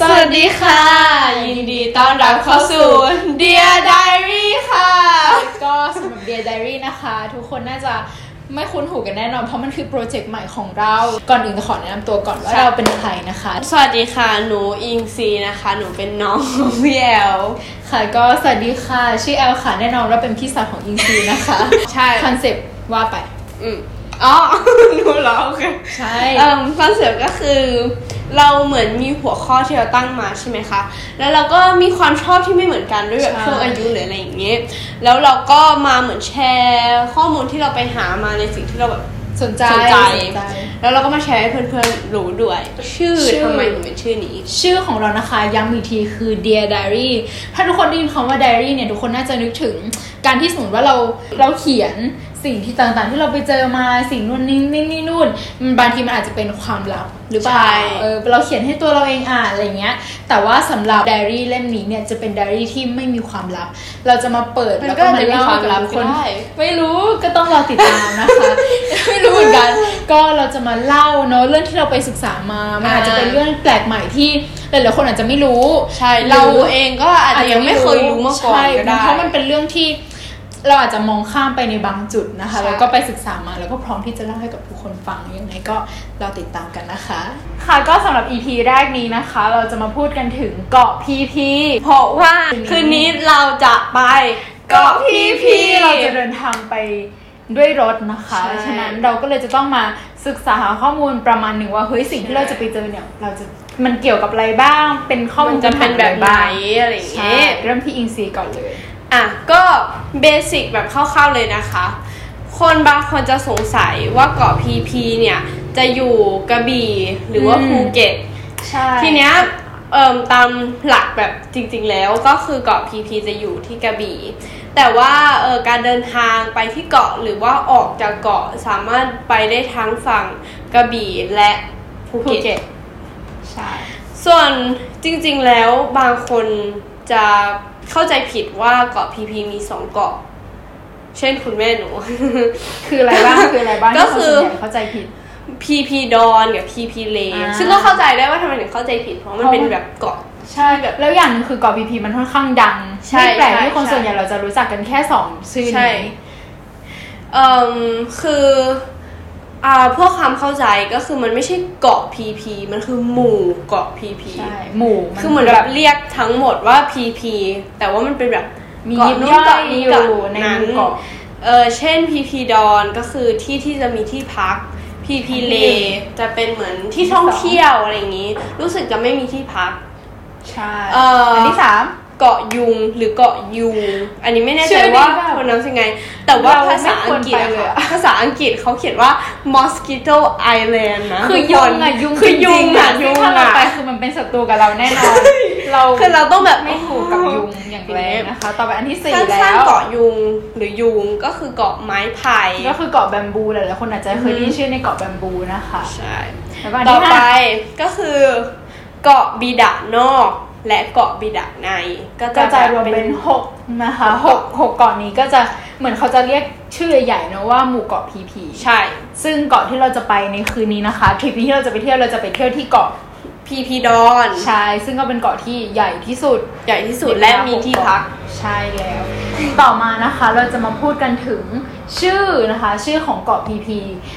สวัสดีค่ะ ยินดีต้อนรับเข้าสู่ Dear Diary ค่ะ ก็สำหรับ Dear Diary นะคะ ทุกคนน่าจะไม่คุ้นหูกันแน่นอน เพราะมันคือโปรเจกต์ใหม่ของเรา ก่อนอื่นจะขอแนะนำตัวก่อนว่า ใช่ เราเป็นใครนะคะ สวัสดีค่ะ หนูอิงซีนะคะ หนูเป็นน้องของพี่แอล ค่ะก็สวัสดีค่ะ ชื่อแอลค่ะ แน่นอนว่าเป็นพี่สาวของอิงซีนะคะ ใช่ คอนเซปต์ว่าไป อืมอ๋อ หนูเหร้องค่ะ ใช่ เอ่อคอนเซปต์ก็คือ เราเหมือนมีหัวข้อที่เราตั้งมาใช่ไหมคะ แล้วเราก็มีความชอบที่ไม่เหมือนกันด้วยแบบช่วงอายุหรืออะไรอย่างเงี้ย แล้วเราก็มาเหมือนแชร์ข้อมูลที่เราไปหามาในสิ่งที่เราแบบ สนใจ สนใจ แล้วเราก็มาแชร์ให้เพื่อนๆรู้ด้วย ชื่อ ชื่อ ทำไมถึงเป็นชื่อนี้ ชื่อของเรานะคะย้ำอีกทีคือ Dear Diary ถ้าทุกคนได้ยินคำว่า Diary เนี่ย ทุกคนน่าจะนึกถึงการที่สมมติว่าเราเราเขียนสิ่งที่ต่างๆ ที่เราไปเจอมาสิ่งนู่นนี่นี่นี่นู่นมันบางทีมันอาจจะเป็นความลับหรือเปล่า ใช่ เออเราเขียนให้ตัวเราเองอ่านอะไรเงี้ย แต่ว่าสำหรับ Diary เล่มนี้เนี่ยจะเป็น Diary ที่ไม่มีความลับ เราจะมาเปิด มัน แล้ว ก็ ก็ อาจ มา จะมี เล่า ความ ลับ กับ ค คน น ได้ ไม่รู้ก็ต้องรอติดตามนะคะ ไม่รู้เหมือนกัน ก็เราจะมาเล่าเนอะเรื่องที่เราไปศึกษามามันอาจจะเป็นเรื่องแปลกใหม่ที่หลายๆคนอาจจะไม่รู้ ใช่ ห เรา อ เองก็อาจจะยังไม่เคยรู้มาก่อน ใช่ ก็ได้ เพราะมันเป็นเรื่องที่เราอาจจะมองข้ามไปในบางจุดนะคะ ใช่ แล้วก็ไปศึกษามาแล้วก็พร้อมที่จะเล่าให้กับทุกคนฟังยังไงก็เราติดตามกันนะคะ ค่ะก็สำหรับ EP แรกนี้นะคะ เราจะมาพูดกันถึงเกาะพีพี เพราะว่าคืนนี้เราจะไปเกาะเกาะพี พีพี พีเราจะเดินทางไปด้วยรถนะคะ ใช่ ฉะนั้นเราก็เลยจะต้องมาศึกษาหาข้อมูลประมาณหนึ่งว่าเฮ้ยสิ่งที่ ใช่ เราจะไปเจอเนี่ย เราจะมันเกี่ยวกับอะไรบ้าง เป็นข้อมู มั ล นจะเป็นแบบไหนอะไรอย่าง ใช่ เงี้ย เริ่มที่อิงซีก่อนเลย อ่ะก็เบสิกแบบคร่าวๆเลยนะคะ คนบางคนจะสงสัยว่าเกาะพีพีเนี่ยจะอยู่กระบี่หรือว่า อืม ภูเก็ต ใช่ ทีเนี้ยเอ่มตามหลักแบบจริงๆแล้วก็คือเกาะพีพีจะอยู่ที่กระบี่ แต่ว่าเอ่อการเดินทางไปที่เกาะหรือว่าออกจากเกาะสามารถไปได้ทั้งฝั่งกระบี่และภู ภู เก็ เก็ ต ตใช่ ส่วนจริงๆแล้วบางคนจะเข้าใจผิดว่าเกาะพีพีมีสองเกาะ เช่นคุณแม่หนู คืออะไรบ้างคืออะไรบ้าง ก็คือ ที่นส่วนใหญ่เข้าใจผิด พีพีดอนกับพีพีเล อ่า ซึ่งก็เข้าใจได้ว่าทำไมถึงเข้าใจผิดเพราะมันเป็นแบบเกาะ ใช่แล้วอย่างหนึงคือเกาะพีพีมันค่อนข้างดัง ใช่ ไม่แปลก ใช่ ที่คน ใช่ ส่วนใหญ่เราจะรู้จักกันแค่สองชื่อ ใช่ นี้ เอ่มคืออ่าพวกความเข้าใจก็คือมันไม่ใช่เกาะพีพีมันคือหมู่เกาะพีพี ใช่หมู่ คือเหมือนแบบเรียกทั้งหมดว่าพีพีแต่ว่ามันเป็นแบบ มี เกาะ ยิบ นู้น ย่อย เกาะนี้ อยู่ เกาะ ใน นั้น หมู่เกาะ เออเช่นพีพีดอนก็คือที่ที่จะมีที่พักพีพีเลจะเป็นเหมือนที่ท่องเที่ยวอะไรอย่างนี้ รู้สึกจะไม่มีที่พัก ใช่ เอ่ออั นที่สาม เกาะยุงหรือเกาะยูอันนี้ไม่แน่ ชื่ ใจ อดี ว่า เปล่า คนนั้นยังไง แต่ว่า เรา ภาษาอังกฤษ ไม่ควรไปเลย อะ อะ ภาษาอังกฤษเขาเขียนว่า mosquito island นะ คือ ทุ ยุ กน งอะยุง คือยุงอะ จริ ยุ ๆ ง ซึ่ถ้าเรา อะ ไปคือมันเป็นศัตรูกับเราแน่นอน เรา คือเราต้องแบบ ไม่ถูกกับยุงอย่างแรงนะคะ ต่อไปอันที่สี่ สั้น แล้ ๆ ว เกาะยุงหรือยุงก็คือเกาะไม้ไผ่ ก็คือเกาะแบมบูหลายๆคนอาจจะเคยได้ยินชื่อในเกาะแบมบูนะคะ ใช่ แล้วก็อัน ต่อ ที่ ไป ห้า ก็คือเกาะบีดะนอก และเกาะบีดะใน ก็ ก็จะ แบบ รวมเป็นหกนะคะหกหกเกาะนี้ก็จะเหมือนเขาจะเรียกชื่อใหญ่ๆเนอะว่าหมู่เกาะพีพี ใช่ ซึ่งเกาะที่เราจะไปในคืนนี้นะคะทริปนี้ที่เราจะไปเที่ยวเราจะไปเที่ยวที่เกาะ พีพีดอน ชายซึ่งก็เป็นเกาะที่ใหญ่ที่สุด ใหญ่ที่สุดและมีที่พัก ใช่แล้ว ต่อมานะคะเราจะมาพูดกันถึงชื่อนะคะ ชื่อของเกาะ PP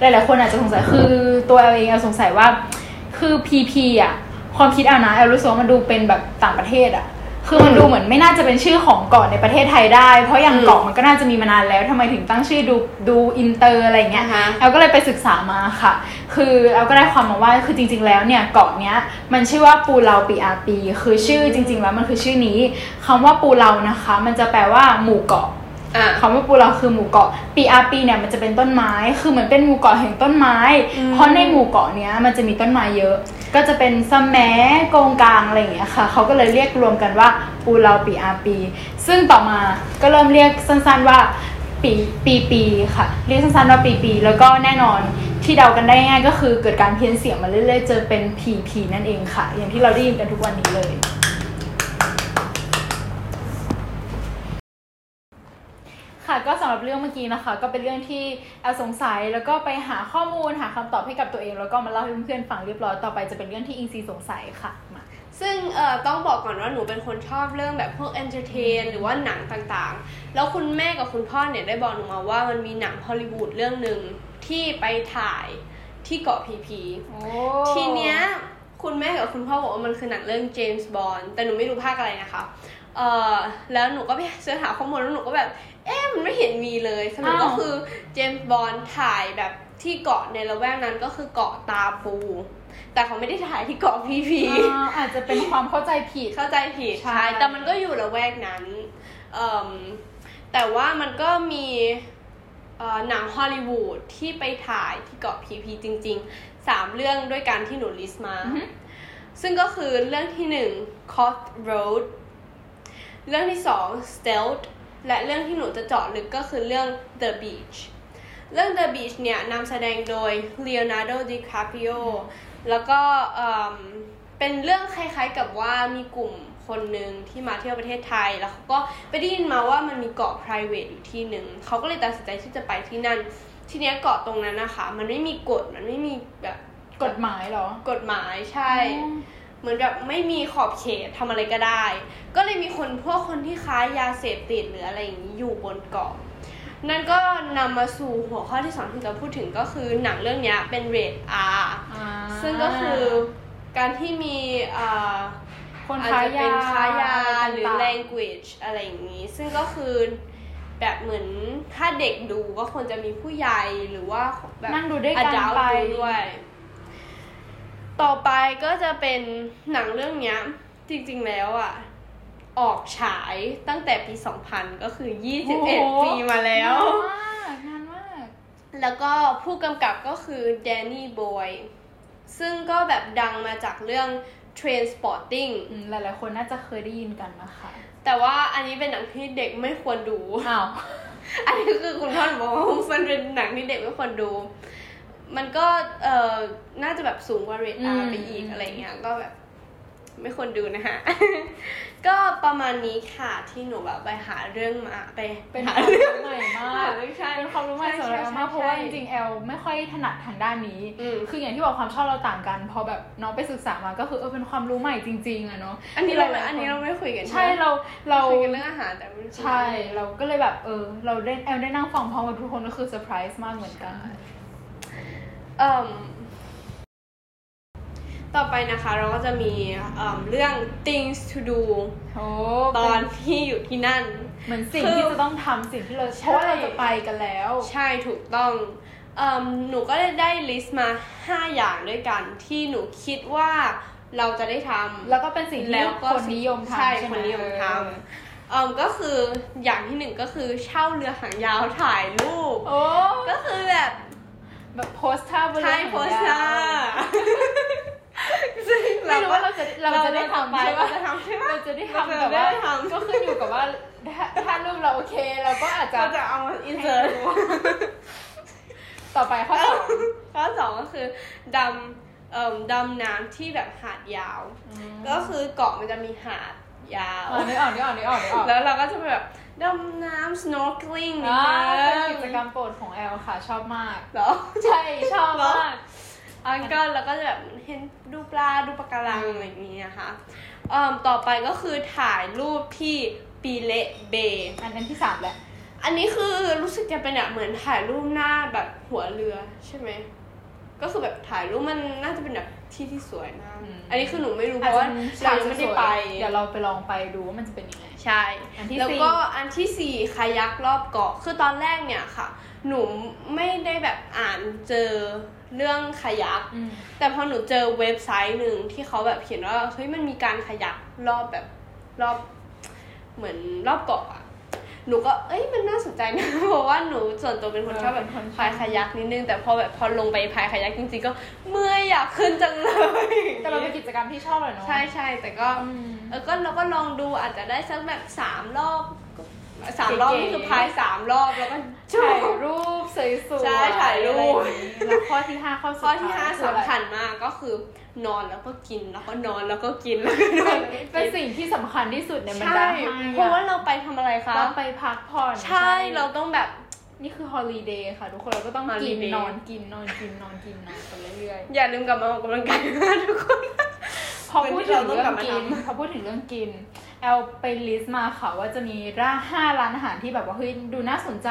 หลายๆคนอาจจะสงสัยคือตัวเอลเองเอลสงสัยว่าคือ PP อ่ะความคิดเอานะเอลรู้สึกว่ามันดูเป็นแบบต่างประเทศอ่ะคือมันดูเหมือนไม่น่าจะเป็นชื่อของเกาะในประเทศไทยได้ เพราะอย่าง อืม เกาะมันก็น่าจะมีมานานแล้วทำไมถึงตั้งชื่อดูดูอินเตอร์อะไรอย่างเงี้ย อ่าฮะ แอลก็เลยไปศึกษามาค่ะ คือแอลก็ได้ความมาว่า คือจริง ๆ แล้วเนี่ยเกาะเนี้ยมันชื่อว่าปูเลาปีอาปี คือชื่อจริง ๆ แล้วมันคือชื่อนี้คำว่าปูเลานะคะ มันจะแปลว่าหมู่เกาะ อ่ะ คำว่าปูเลาคือหมู่เกาะปีอาปีเนี่ยมันจะเป็นต้นไม้ คือเหมือนเป็นหมู่เกาะแห่งต้นไม้ อืม เพราะในหมู่เกาะเนี้ยมันจะมีต้นไม้เยอะ ก็จะเป็นสะแมโกงกางอะไรอย่างเงี้ยค่ะ เขาก็เลยเรียกรวมกันว่าปูเลาปีอาปี ซึ่งต่อมาก็เริ่มเรียกสั้นๆว่า ปีปีปีค่ะ เรียกสั้นๆว่าปีปีแล้วก็แน่นอนที่เดากันได้ง่ายก็คือเกิดการเพี้ยนเสียงมาเรื่อยๆเจอเป็นพีพีนั่นเองค่ะ อย่างที่เราได้ยินกันทุกวันนี้เลย ค่ะก็สำหรับเรื่องเมื่อกี้นะคะ ก็เป็นเรื่องที่แอลสงสัยแล้วก็ไปหาข้อมูลหาคำตอบให้กับตัวเอง แล้วก็มาเล่าให้เพื่อนๆฟังเรียบร้อยต่อไปจะเป็นเรื่องที่อิงซีสงสัยค่ะมา ซึ่งเอ่อต้องบอกก่อนว่าหนูเป็นคนชอบเรื่องแบบพวกเอนเตอร์เทนหรือว่าหนังต่างๆ แล้วคุณแม่กับคุณพ่อเนี่ยได้บอกหนูมาว่ามันมีหนังฮอลลีวูดเรื่องหนึ่งที่ไปถ่ายที่เกาะพีพี โอ้ ทีเนี้ยคุณแม่กับคุณพ่อบอกว่ามันคือหนังเรื่องเจมส์บอนด์แต่หนูไม่รู้ภาคอะไรนะคะ เอ่อแล้วหนูก็ไปเสิร์ชหาข้อมูลแล้วหนูก็แบบ เอ๊ะมันไม่เห็นมีเลยสรุป อ้าว ก็คือเจมส์บอนด์ถ่ายแบบที่เกาะในละแวกนั้นก็คือเกาะตาปู แต่เขาไม่ได้ถ่ายที่เกาะพีพี อ่าอาจจะเป็นความเข้าใจผิด เข้าใจผิด ใช่ ใช่แต่มันก็อยู่ละแวกนั้นเอิ่มแต่ว่ามันก็มีเอ่อหนังฮอลลีวูดที่ไปถ่ายที่เกาะพีพีจริงๆสามเรื่องด้วยกันที่หนูลิสต์มา ซึ่งก็คือเรื่องที่หนึ่ง c o t Road เรื่องที่สอง Stealth และเรื่องที่หนูจะเจาะลึกก็คือเรื่อง The Beach เรื่อง The Beach เนี่ยนำแสดงโดย Leonardo DiCaprio แล้วก็เอิ่มเป็นเรื่องคล้ายๆกับว่ามีกลุ่มคนหนึ่งที่มาเที่ยวประเทศไทย แล้วเขาก็ไปได้ยินมาว่ามันมีเกาะ private อยู่ที่หนึ่ง เขาก็เลยตัดสินใจที่จะไปที่นั่น ทีเนี้ยเกาะตรงนั้นนะคะ มันไม่มีกฎ มันไม่มีแบบ กฎหมายเหรอก ฎหมายใช่ เหมือนแบบไม่มีขอบเขตทำอะไรก็ได้ ก็เลยมีคนพวกคนที่ค้ายาเสพติดหรืออะไรอย่างนี้อยู่บนเกาะ นั่นก็นำมาสู่หัวข้อที่สองที่จะพูดถึงก็คือหนังเรื่องเนี้ยเป็นเรทอาร์ อ๋อ ซึ่งก็คือการที่มีเอ่อ คน อาจ ค้า จะ ยา เป็นค้ายา ะไต่งๆ หรือ language อะไรอย่างนี้ ซึ่งก็คือแบบเหมือนถ้าเด็กดูก็ควรจะมีผู้ใหญ่หรือว่าแบบ นั่งดูด้วยกัน อาจาร ไป ย์ด้วย ต่อไปก็จะเป็นหนังเรื่องเนี้ย จริงๆแล้วอ่ะ ออกฉายตั้งแต่ปี 2000 ก็คือ โอ้โห 21 ปีมาแล้ว นานมากนานมาก แล้วก็ผู้กำกับก็คือแดนนี่บอยซึ่งก็แบบดังมาจากเรื่อง Trainspotting อืมหลายๆคนน่าจะเคยได้ยินกันนะคะ แต่ว่าอันนี้เป็นหนังที่เด็กไม่ควรดู อ้าว อันนี้คือคุณพ่อหนูบอกว่ามันเป็นหนังที่เด็กไม่ควรดู มันก็เอ่อน่าจะแบบสูงกว่าเรทอา อืม ไปอีกอะไรเงี้ย ก็แบบ ไม่ควรดูนะคะ ก็ประมาณนี้ค่ะที่หนูแบบไปหาเรื่องมาไป เป็น หา ความ เรื่อง รู้ใหม่มาก ไม่ใช่ เป็นความรู้ใหม่สำหรับแอลมาก ใช่ใช่ เพราะว่า ใช่ จริงๆแอลไม่ค่อยถนัดทางด้านนี้ อืม คืออย่างที่บอกความชอบเราต่างกัน พอแบบน้องไปศึกษามาก็คือเออเป็นความรู้ใหม่จริงๆอะเนาะ อันนี้เรา หลยๆ อันนี้เราไม่คุยกัน ใช่เราเรา คุยกันเรื่องอาหารแต่ไม่ได้คุย ใช่เราก็เลยแบบเออ เราได้แอลได้นั่งฟังพร้อมกับทุกคนก็คือเซอร์ไพรส์มากเหมือนกัน เอ่มต่อไปนะคะ เราก็จะมีเอ่มเรื่อง things to do โอ้ ตอนที่อยู่ที่นั่น เหมือนสิ่งที่จะต้องทำสิ่งที่เรา ใช่ เพราะว่าเราจะไปกันแล้ว ใช่ถูกต้องเอมหนูก็ได้ลิสต์มา 5 อย่างด้วยกันที่หนูคิดว่าเราจะได้ทำ แล้วก็เป็นสิ่งที่คนนิยมทำ ใช่ ใช่ไห คนนิยมท เออ ำเอมก็คืออย่างที่หนึ่งก็คือเช่าเรือหางยาวถ่ายรูป โอ้ ก็คือแบบ แบบโพสท่าบนเรือ ใช่ หงยาว โพสท่าซึ่ง ไม่รู้ว่าเราจะเราจะได้ทำ ไป ใช่ เรา ปะ จะทำใช่ปะ เราจะได้ทำ เรา แต่ จะได้ ว่า ทำ ก็ขึ้นอยู่กับว่าถ้าถ้ารูปเราโอเค เราก็อาจจะ เราจะเอาอินเสิร์ต ต่อไปข้อสอง ข้อสองก็คือดำเอ่มดำน้ำที่แบบหาดยาว ก็คือเกาะมันจะมีหาดยาว อ๋อนึกออกนึกออกนึกออกนึกออก แล้วเราก็จะไปแบบดำน้ำ snorkeling อ่าเป็น นิ กิ ด จ นึง กรรมโปรดของแอลค่ะชอบมาก เหรอ ใช่ชอบมาก อันก็เราก็จะแบบเห็นดูปลาดูปะการังอะไรอย่างนี้นะคะเอ่มต่อไปก็คือถ่ายรูปที่ปีเละเบย์ อันนั้นที่สามแหละ อันนี้คือรู้สึกจะเป็นแบบเหมือนถ่ายรูปหน้าแบบหัวเรือใช่ไหมก็คือแบบถ่ายรูปมันน่าจะเป็นแบบที่ที่สวยมากอันนี้คือหนูไม่รู้เพราะว่าเรายังไม่ได้ไป เดี๋ยวเราไปลองไปดูว่ามันจะเป็นยังไง ใช่ อันที่ แล้ว สี่ ก็อันที่สี่คายักรอบเกาะคือตอนแรกเนี่ยค่ะ หนูไม่ได้แบบอ่านเจอเรื่องคายัก อืม แต่พอหนูเจอเว็บไซต์หนึ่งที่เขาแบบเขียนว่าเฮ้ยมันมีการขยักรอบแบบรอบเหมือนรอบเกาะอะหนูก็เอ้ยมันน่าสนใจนะ เพราะว่าหนูส่วนตัวเป็นคน เออ ชอบแบบ เป็นคนชอบ พายขยักนิดนึง แต่พอแบบพอลงไปพายขยักจริงๆก็เมื่อยอยากขึ้นจังเลย แต่เราเป็นกิจกรรมที่ชอบเลยเนาะ ใช่ใช่แต่ก็ อืม เออก็เราก็ลองดูอาจจะได้สักแบบสามรอบก็สามรอบ เก๋ๆ นี่คือพายสามรอบแล้วก็จ ถ่าย บ รูปสวยๆ ใช่ถ่ายรูป อะไอย่างนี้แล้วข้อที่ห้าข้อสุด ข้อที่ห้า ท้ยคืออะไร สำคัญมากก็คือนอนแล้วก็กินแล้วก็นอนแล้วก็กินแล้วก็นอ เป็น น เป็นสิ่งที่สำคัญที่สุดในบรร ใช่ ดาห้าอย่ง เพราะว่าเราไปทำอะไรคะ เราไปพักผ่อน ใช่เราต้องแบบ นี่คือฮอลลีเดย์ค่ะ ทุกคนเราก็ต้องกิน holiday นอนกินนอนกินนอนกินนอนกันเรื่อย อย่าลืมกลับมาออกกำลังกายนะทุกคน ๆ พอพูดถึง วันที่เราต้อง เรื่ กลั อบ ง มา กิน ทำ พอพูดถึงเรื่องกิน แอลไปลิสต์มาค่ะว่าจะมีร้านห้าร้านอาหารที่แบบว่าเฮ้ยดูน่าสนใจ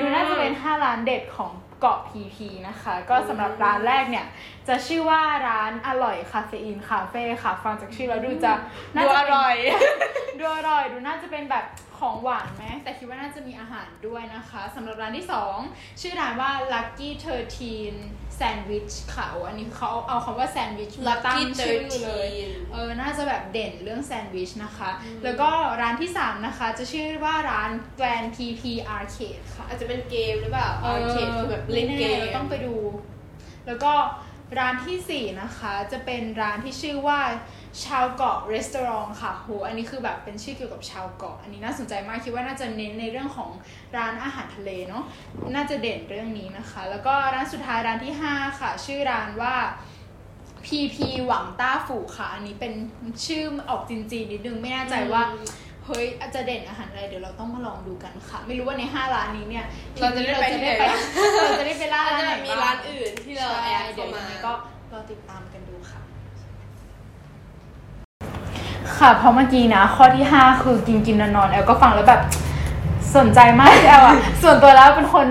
ดูน่าจะเป็นห้าร้านเด็ดของเกาะพีพีนะคะ ก็สำหรับร้านแรกเนี่ย จะชื่อว่าร้านอร่อยคาเฟอีนคาเฟ่ค่ะ ฟังจากชื่อแล้วดูจะน่า ดู จะ อ เป็น ร่อย ดูอร่อยดูน่าจะเป็นแบบของหวานไหมแต่คิดว่าน่าจะมีอาหารด้วยนะคะสำหรับร้านที่ 2 ชื่อร้านว่า Lucky 13 Sandwich ค่ะโอ้อันนี้เขาเอาคำว่า sandwich มาตั้ง Lucky ชื่อเลย 13 เออ น่าจะแบบเด่นเรื่องแซนด์วิชนะคะ แล้วก็ร้านที่ 3 นะคะ จะชื่อว่าร้าน Grand PP Arcade ค่ะ อาจจะเป็นเกมหรือเปล่าอาร์เคดคือแบบเล่นเกมไแราต้องไปดู แล้วก็ร้านที่ 4 นะคะ จะเป็นร้านที่ชื่อว่าชาวเกาะรีสตอรองค่ะโหอันนี้คือแบบเป็นชื่อเกี่ยวกับชาวเกาะ อันนี้น่าสนใจมากคิดว่าน่าจะเน้นในเรื่องของร้านอาหารทะเลเนาะน่าจะเด่นเรื่องนี้นะคะ แล้วก็ร้านสุดท้ายร้านที่ 5 ค่ะ ชื่อร้านว่า PP หวังต้าฝูค่ะ อันนี้เป็นชื่อออกจีนจีนๆนิดนึงไม่แน่ใจว่า อืม เฮ้ยอาจจะเด่นอาหารอะไรเดี๋ยวเราต้องมาลองดูกันค่ะ ไม่รู้ว่าในห้าร้านนี้เนี่ย เราจะได้ไปที่ไหนบ้าง เราจะได้ไปล่า อาจ ร้าน จะ ไหน มีร้านอื่นที่เราแอ ใช่ ด เดี๋ยวยัเข้ามา งไงก็รอติดตามกันดูค่ะ ค่ะเพราะเมื่อกี้นะ ข้อที่ 5 คือกินกินนอนนอนแอลก็ฟังแล้วแบบ สนใจมากแอลอะส่วนตัวแล้วเป็นคน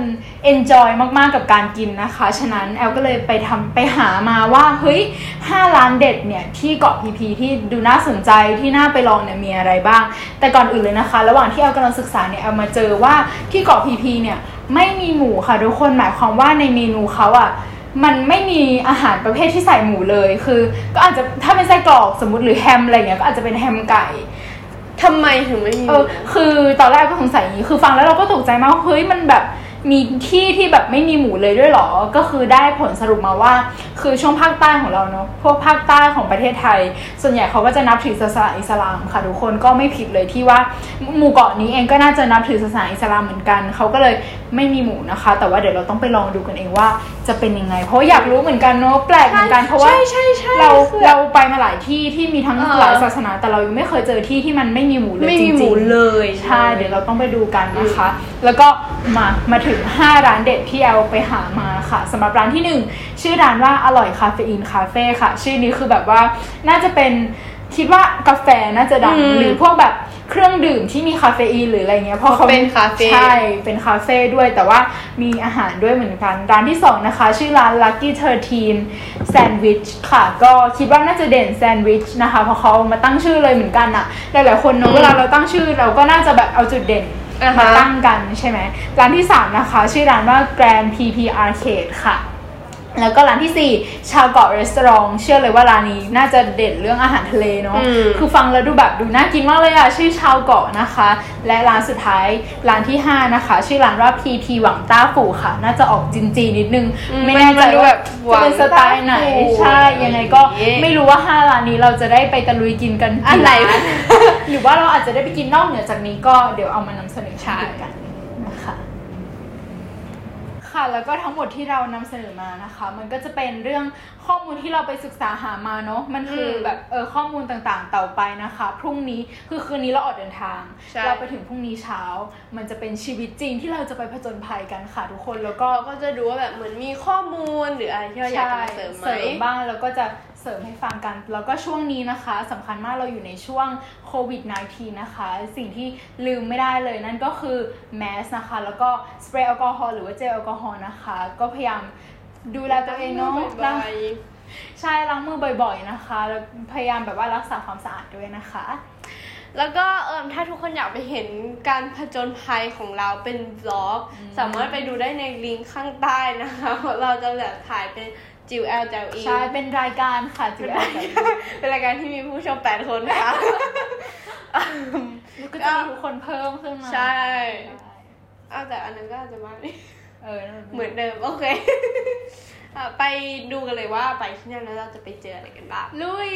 enjoy มาก ๆ กับการกินนะคะ ฉะนั้นแอลก็เลยไปทำไปหามาว่า เฮ้ย 5 ร้านเด็ดเนี่ย ที่เกาะพีพีที่ดูน่าสนใจที่น่าไปลองเนี่ย มีอะไรบ้าง แต่ก่อนอื่นเลยนะคะ ระหว่างที่แอลกำลังศึกษาเนี่ยแอลมาเจอว่าที่เกาะพีพีเนี่ย ไม่มีหมูค่ะทุกคนหมายความว่าในเมนูเขาอะมันไม่มีอาหารประเภทที่ใส่หมูเลย คือ ก็อาจจะถ้าเป็นไส้กรอกสมมติหรือแฮมอะไรอย่างเงี้ยก็อาจจะเป็นแฮมไก่ ทำไมถึงไม่มี เออคือตอนแรกก็สงสัยอย่างนี้ คือฟังแล้วเราก็ตกใจมากว่าเฮ้ยมันแบบมีที่ที่แบบไม่มีหมูเลยด้วยเหรอ ก็คือได้ผลสรุปมาว่า คือช่วงภาคใต้ของเราเนาะ พวกภาคใต้ของประเทศไทย ส่วนใหญ่เขาก็จะนับถือศาสนาอิสลามค่ะทุกคนก็ไม่ผิดเลยที่ว่าหมู่เกาะนี้เองก็น่าจะนับถือศาสนาอิสลามเหมือนกัน เขาก็เลยไม่มีหมูนะคะ แต่ว่าเดี๋ยวเราต้องไปลองดูกันเองว่าจะเป็นยังไง เพราะว่าอยากรู้เหมือนกันเนาะแปลกเหมือนกันเพราะว่า ใช่ใช่ใช่ เราเราไปมาหลายที่ที่มีทั้ง เออ หลายศาสนา แต่เรายังไม่เคยเจอที่ที่มันไม่มีหมูเลย ไม่ จ มี ริงๆ หมูเลย ใช่เดี๋ยวเราต้องไปดูกันนะคะ แล้วก็มามาถึง 5 ร้านเด็ดที่แอลไปหามาค่ะสำหรับร้านทีหนึ่1 ชื่อร้านว่าอร่อยคาเฟอีนคาเฟ่ค่ะ ชื่อนี้คือแบบว่าน่าจะเป็นคิดว่ากาแฟน่าจะดัง อืม หรือพวกแบบเครื่องดื่มที่มีคาเฟอีนหรืออะไรเงี้ยเพราะเขา เป็นคาเฟ่ ใช่ ใช่เป็นคาเฟ่ด้วยแต่ว่ามีอาหารด้วยเหมือนกัน ร้านที่ 2 นะคะ ชื่อร้าน Lucky 13 Sandwich ค่ะ ก็คิดว่าน่าจะเด่นแซนด์วิชนะคะเพราะเขาเอามาตั้งชื่อเลยเหมือนกันอะหลายๆคนเน อื อะ ม เวลาเราตั้งชื่อเราก็น่าจะแบบเอาจุดเด่น อ่าฮะ มาตั้งกันใช่ไหมร้านที่ 3 นะคะ ชื่อร้านว่า Grand PP Arcade ค่ะ แล้วก็ร้านที่ 4 ชาวเกาะรีสตอรองเชื่อเลยว่าร้านนี้น่าจะเด่นเรื่องอาหารทะเลเนาะ อืม คือฟังแล้วดูแบบดูน่ากินมากเลยอะชื่อชาวเกาะนะคะ และร้านสุดท้ายร้านที่ 5 นะคะ ชื่อร้านว่า PP หวังต้าฝูค่ะ น่าจะออกจีนจีนิดนึง อืม ไม่แน่ใจ มันดู ว่า แบบหวั จะ ง เป็นสไตล์ไหน ต้าฝู่ ใช่ยังไงก็ อย่างงี้ ไม่รู้ว่า 5 ร้านนี้เราจะได้ไปตะลุยกินกันกี่ อะไร ร้าน หรือว่าเราอาจจะได้ไปกินนอกเหนือจากนี้ก็เดี๋ยวเอามานำเสนอให้ดูกันนะคะ ค่ะแล้วก็ทั้งหมดที่เรานำเสนอมานะคะ มันก็จะเป็นเรื่องข้อมูลที่เราไปศึกษาหามาเนาะมันคืออ ม แบบเออข้อมูลต่างๆ ต่อไปนะคะ พรุ่งนี้คือคืนนี้เราออกเดินทาง ใช่ เราไปถึงพรุ่งนี้เช้า มันจะเป็นชีวิตจริงที่เราจะไปผจญภัยกันค่ะทุกคนแล้วก็ เราก็จะดูว่าแบบเหมือนมีข้อมูลหรืออะไรที่เราอยากจะมาเสริมไหม ใช่เสริมบ้างแล้วก็จะเสริมให้ฟังกัน แล้วก็ช่วงนี้นะคะสำคัญมากเราอยู่ในช่วงโควิด -19 นะคะ สิ่งที่ลืมไม่ได้เลยนั่นก็คือแมสนะคะ แล้วก็สเปรย์แอลกอฮอล์หรือว่าเจลแอลกอฮอล์นะคะ ก็พยายามดูแลตัวเองเนาะล้างใช่ล้างมือบ่อย ๆนะคะ แล้วพยายามแบบว่ารักษาความสะอาดด้วยนะคะ แล้วก็เออถ้าทุกคนอยากไปเห็นการผจญภัยของเราเป็นบล็อก สามารถไปดูได้ในลิงก์ข้างใต้นะคะ เราจะแบบถ่ายเป็นจิวแอลแจวอี ใช่เป็นรายการค่ะจิ๋วแอลกับ เป็นรายการที่มีผู้ชมแปดคนนะคะ ก็จะมีทุกคนเพิ่มขึ้นมา ใช่ ใช่ เอาแต่อันนั้นก็อาจจะมา เออนั่น เหมือนเดิม โอเค อ่ะไปดูกันเลยว่าไปที่นั่นแล้วเราจะไปเจออะไรกันบ้าง ลุย